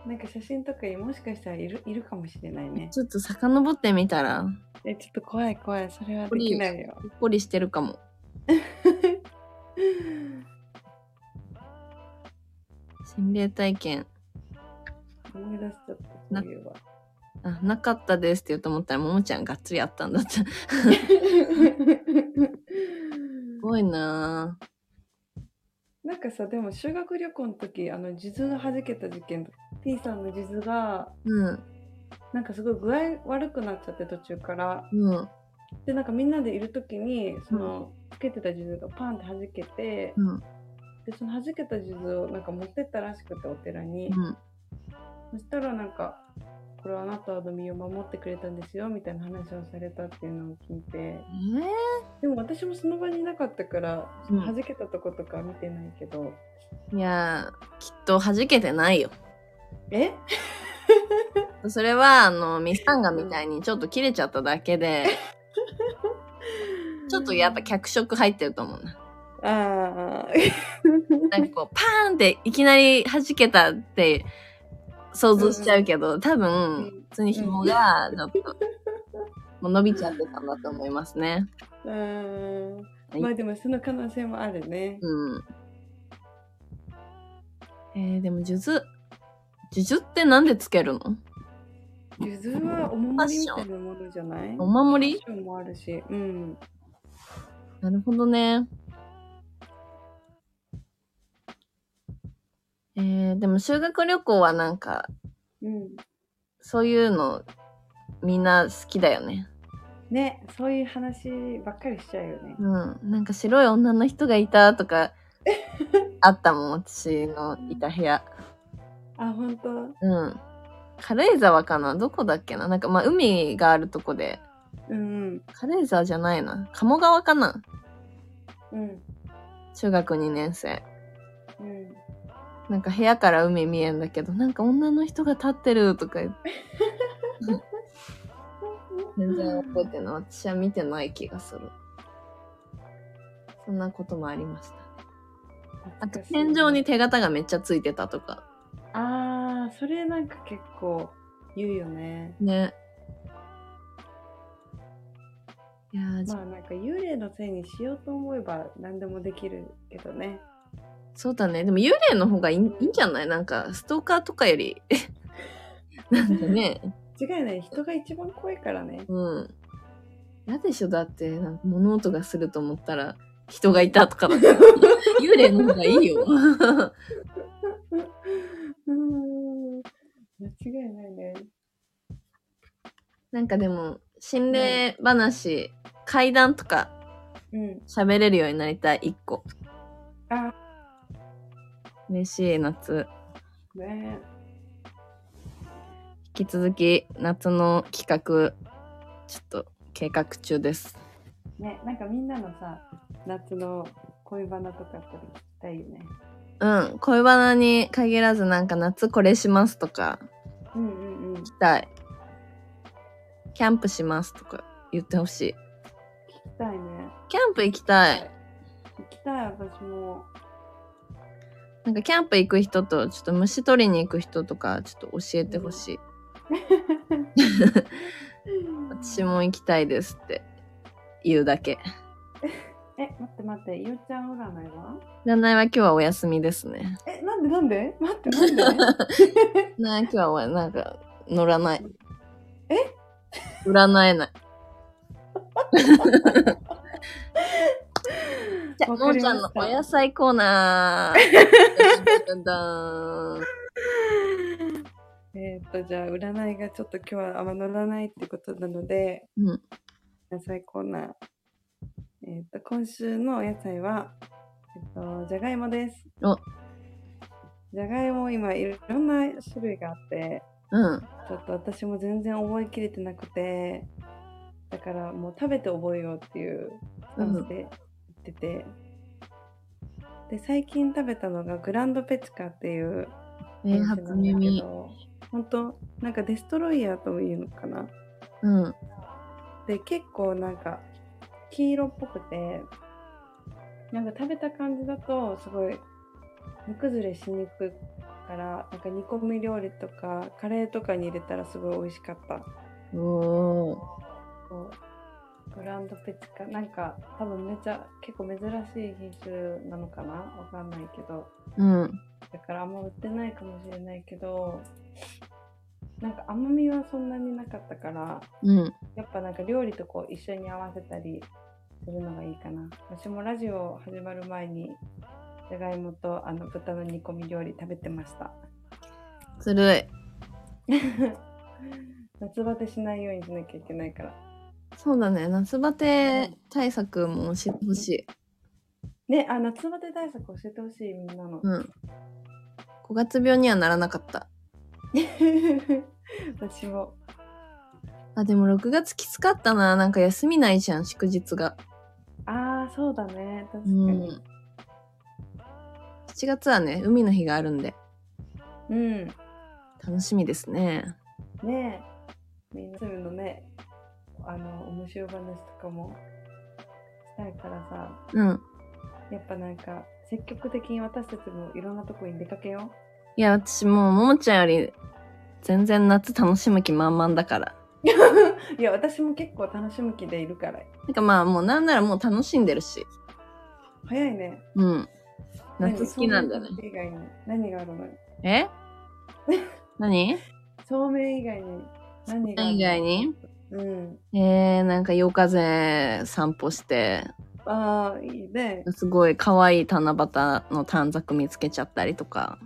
A: なんか写真とかにもしかしたらいるいるかもしれないね。
B: ちょっと遡ってみたら、
A: え、ちょっと怖い怖い、それはできないよ。
B: ほっこりしてるかも。心霊体験。
A: 思い出しちゃった、そういえば。
B: あ、なかったですって言うと思ったら、ももちゃんがっつりあったんだって。すごいなぁ。
A: なんかさでも修学旅行の時あの数珠が弾けた事件 T さんの数珠が
B: うん、
A: なんかすごい具合悪くなっちゃって途中から
B: うん、
A: でなんかみんなでいる時にその、つけてた数珠がパンって弾けて
B: うん、
A: でその弾けた数珠をなんか持ってったらしくてお寺に、
B: うん。
A: そしたらなんか「これはあなたの身を守ってくれたんですよ」みたいな話をされたっていうのを聞いて
B: えー
A: でも私もその場にいなかったからそ
B: うん
A: の弾けたとことか見てないけど、
B: いやーきっと弾けてないよ。
A: え
B: それは、あの、ミスタンガみたいにちょっと切れちゃっただけで、ちょっとやっぱ脚色入ってると思うな。
A: ああ、
B: なんかこう、パーンっていきなり弾けたって想像しちゃうけど、多分、普通に紐がちょっと、もう伸びちゃってたんだと思いますね。
A: うん。まあでもその可能性もあるね。
B: うん。えー、でも、数珠、数珠ってなんでつけるの
A: 数珠はお守りみたいなものじゃない
B: お守
A: フ
B: り
A: ァッションもあるし、うん。
B: なるほどね。えー、でも修学旅行はなんか、
A: うん。
B: そういうの、みんな好きだよね。
A: ね、そういう話ばっかりしちゃうよね。
B: うん。なんか白い女の人がいたとか、あったもん、私のいた部屋。
A: あ、ほんと。
B: うん。軽井沢かなどこだっけななんか、まあ、海があるとこで。
A: うん
B: 軽井沢じゃないな。鴨川かな
A: うん。うん。
B: 中学2年生。
A: うん。
B: なんか部屋から海見えんだけど、なんか女の人が立ってるとか言って、全然覚えてない。私は見てない気がする。そんなこともありました。あと、天井に手形がめっちゃついてたとか。
A: ああ、それなんか結構言うよね。
B: ね。いやー、じ
A: まあなんか幽霊のせいにしようと思えば何でもできるけどね。
B: そうだね。でも幽霊の方がいいいいんじゃないなんか、ストーカーとかより。 なんかね。
A: 違いない。人が一番怖いからね。
B: うん。嫌でしょだって、なんか物音がすると思ったら、人がいたとかだから。 幽霊の方がいいよ。
A: うーん。間違いないね。
B: なんかでも、心霊話、階段とか
A: うん。
B: 喋れるようになりたい、一個。
A: あ
B: 嬉しい、夏。
A: ね
B: 引き続き、夏の企画、ちょっと計画中です。
A: ねなんかみんなのさ、夏の恋バナとかあったら聞きたいよね。
B: うん、恋バナに限らずなんか夏これしますとか、
A: うんうんうん。聞
B: 行きたい。キャンプしますとか言ってほしい。
A: きたいね。
B: キャンプ行きたい。
A: 行きたい、私も。
B: なんかキャンプ行く人と、ちょっと虫取りに行く人とか、ちょっと教えてほしい。私も行きたいですって言うだけ。
A: え、待って待って、ゆうちゃん占いは
B: 占いは今日はお休みですね。
A: え、なんでなんで待ってなんで
B: な今日はおやなんか乗らない。
A: え
B: 占 えない。じゃあ、
A: わ
B: も
A: か
B: ん
A: り
B: ち
A: ました
B: ゃんのお野菜コーナ ー。だんだん
A: えーっと、じゃあ、占いがちょっと今日はあんま乗らないってことなので、
B: うん
A: 野菜コーナー。えーっと、今週のお野菜は、えーっと、じゃがいもです。
B: お
A: じゃがいも今いろんな種類があって、
B: うん。
A: ちょっと私も全然覚えきれてなくて、だからもう食べて覚えようっていうスタンスで言ってて、で、最近食べたのがグランドペチカっていう、
B: えー、初耳。
A: 本当なんかデストロイヤーとも言うのかな
B: うん。
A: で結構なんか黄色っぽくてなんか食べた感じだとすごい煮崩れしにくいからなんか煮込み料理とかカレーとかに入れたらすごい美味しかった
B: おー。
A: こうグランドペチカなんか多分めちゃ結構珍しい品種なのかなわかんないけど
B: うん。
A: だからあんま売ってないかもしれないけどなんか甘みはそんなになかったから
B: うん。
A: やっぱなんか料理とこう一緒に合わせたりするのがいいかな私もラジオ始まる前にじゃがいもとあの豚の煮込み料理食べてました
B: ずるい。
A: 夏バテしないようにしなきゃいけないから
B: そうだね。夏バテ対策も教えてほしい。
A: ねあ夏バテ対策教えてほしいみんなの、
B: うん。五月病にはならなかった。
A: 私も
B: あ、でも6月きつかったな。なんか休みないじゃん、祝日が。
A: ああそうだね確
B: う
A: か
B: ん
A: に。
B: 7月はね、海の日があるんで、
A: うん、
B: 楽しみですね。
A: ねえみんなそういうのねあの面白い話とかもしたいからさ
B: うん。
A: やっぱなんか積極的に私たちもいろんなとこに出かけよ
B: いや、私もう、ももちゃんより、全然夏楽しむ気満々だから。
A: う。いや私も結構楽しむ気でいるから
B: なんかまあ、もうなんならもう楽しんでるし。
A: 早いね。
B: うん。夏好きなんだね
A: 何。そうめん以外に何があるの？ そう
B: え何
A: めん以外に何があるの？
B: 以外に
A: うん。
B: えー、なんか夜風散歩して、
A: ああいいね。
B: すごい可愛い七夕の短冊見つけちゃったりとか、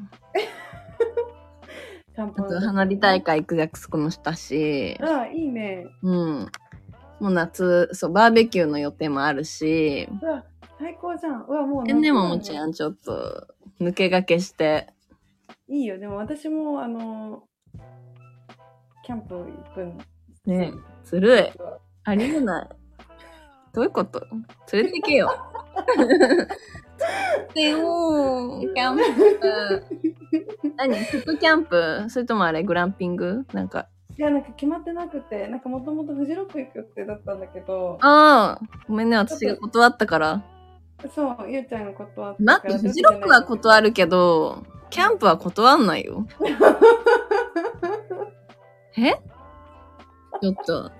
A: 散歩
B: あ
A: の時
B: と花火大。会行く約束もしたし、
A: ああいいね。
B: うん。もう夏、そう、バーベキューの予定もあるし、
A: うわ最高じゃん。うわもう夏だね。
B: でももちろんちょっと抜け駆けして、
A: いいよでも私もあのキャンプ行くん。
B: ねずるい。ありえない。どういうこと連れてけよ。でよーキャンプ。何フットキャンプそれともあれグランピングなんか。
A: いやなんか決まってなくてなんかもともとフジロック行く予定だったんだけど。
B: ああ、ごめんね、私が断ったから。
A: そう、ゆうちゃんのことは。
B: 待って、フジロックは断
A: る。
B: るけど、キャンプは断んない よ。えちょっと。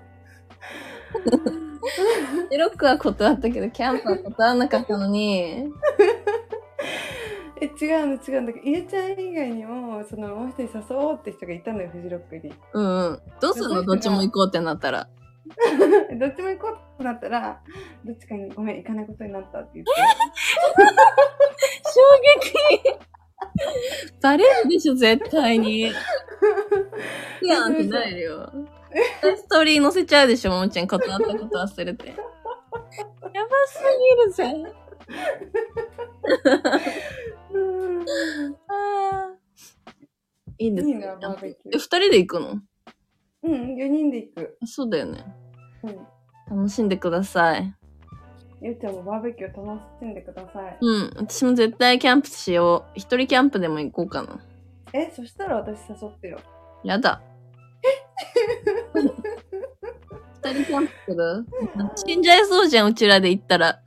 B: シロックは断ったけど、キャンプは断らなかったのに。
A: え違うの違うんだけどゆうちゃん以外にもそのもう一人誘おうって人がいたのよフジロックに
B: うんうん。どうするのどっちも行こうってなったら。
A: どっちも行こうってなったらどっちかに「ごめん行かないことになった」って言って
B: 衝撃バレるでしょ、絶対に。 いやんってなるよ。ストーリー載せちゃうでしょ、ももちゃん。断ったこと忘れて。やばすぎるぜ。
A: うん
B: あーいいですね。
A: いいなバーベキュー
B: え、二人で行くの
A: うん4人で行く、
B: あそうだよね。
A: うん、
B: 楽しんでください。
A: ゆうちゃんもバーベキュー楽しんでください、
B: うん。私も絶対キャンプしよう。一人キャンプでも行こうかな。
A: えそしたら私誘ってよ
B: やだ。二人キャンプする死んじゃいそうじゃん、うちらで行ったら。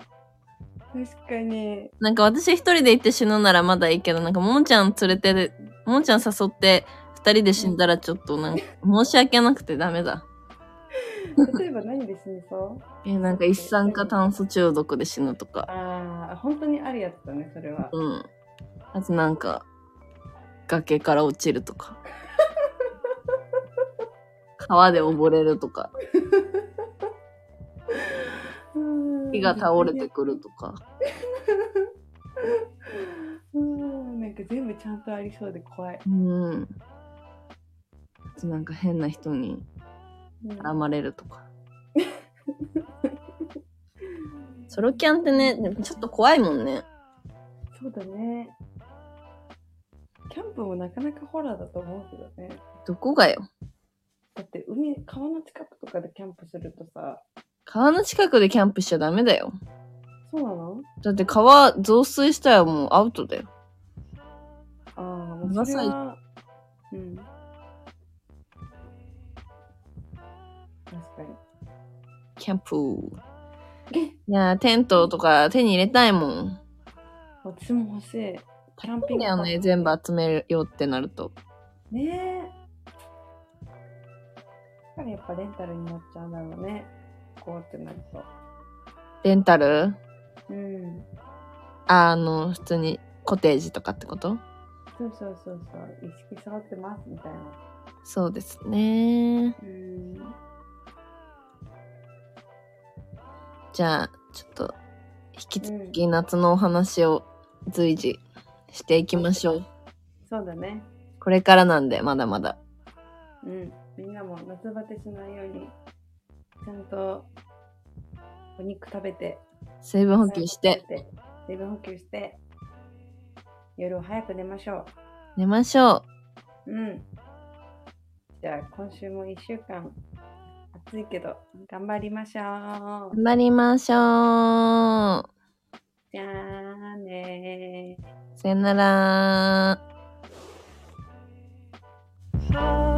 A: 確か に
B: なんか私一人で行って死ぬならまだいいけど、なんかももちゃん連れて、ももちゃん誘って二人で死んだらちょっとなんか申し訳なくてダメだ。
A: 例えば何で死にそう
B: え、なんか一酸化炭素中毒で死ぬとか。
A: ああ本当にあるやつだねそれは
B: うん。あとなんか、崖から落ちるとか。川で溺れるとか、
A: うん
B: 木が倒れてくるとか。
A: うんなんか全部ちゃんとありそうで怖い。
B: うん。あとなんか変な人に
A: うん
B: 絡まれるとか。 ソロキャンってね、でもちょっと怖いもんね。
A: そうだね。キャンプもなかなかホラーだと思うけどね。
B: どこがよ。
A: だって海、川の近くとかでキャンプするとさ、
B: 川の近くでキャンプしちゃダメだよ。
A: そうなの
B: だって川増水したらもうアウトだよ。
A: ああ、もうそれは、うん。確か
B: キャンプ。
A: に。
B: いやー、テントとか手に入れたいもん。
A: 私も欲しい。キャン
B: いいんだよね、全部。集めようってなると。
A: ねえ。だからやっぱレンタルになっちゃうんだろうね。こうってなると。
B: レンタル
A: うん。
B: ああの、普通にコテージとかってこと
A: そうそうそうそう。意識下がってますみたいな。
B: そうですね。
A: うん。
B: じゃあ、ちょっと、引き続き夏のお話を随時していきましょう。
A: そうだね。
B: これからなんで、まだまだ。
A: うん。みんなも夏バテしないように、ちゃんとお肉食べて、
B: 水分補給して、、
A: 水分補給して、夜を早く寝ましょ
B: 寝ましょう。
A: う。うん。じゃあ今週も1週間、暑いけど、頑張りましょう。
B: 頑張りましょう。
A: じゃあねー。
B: さよなら。
C: Oh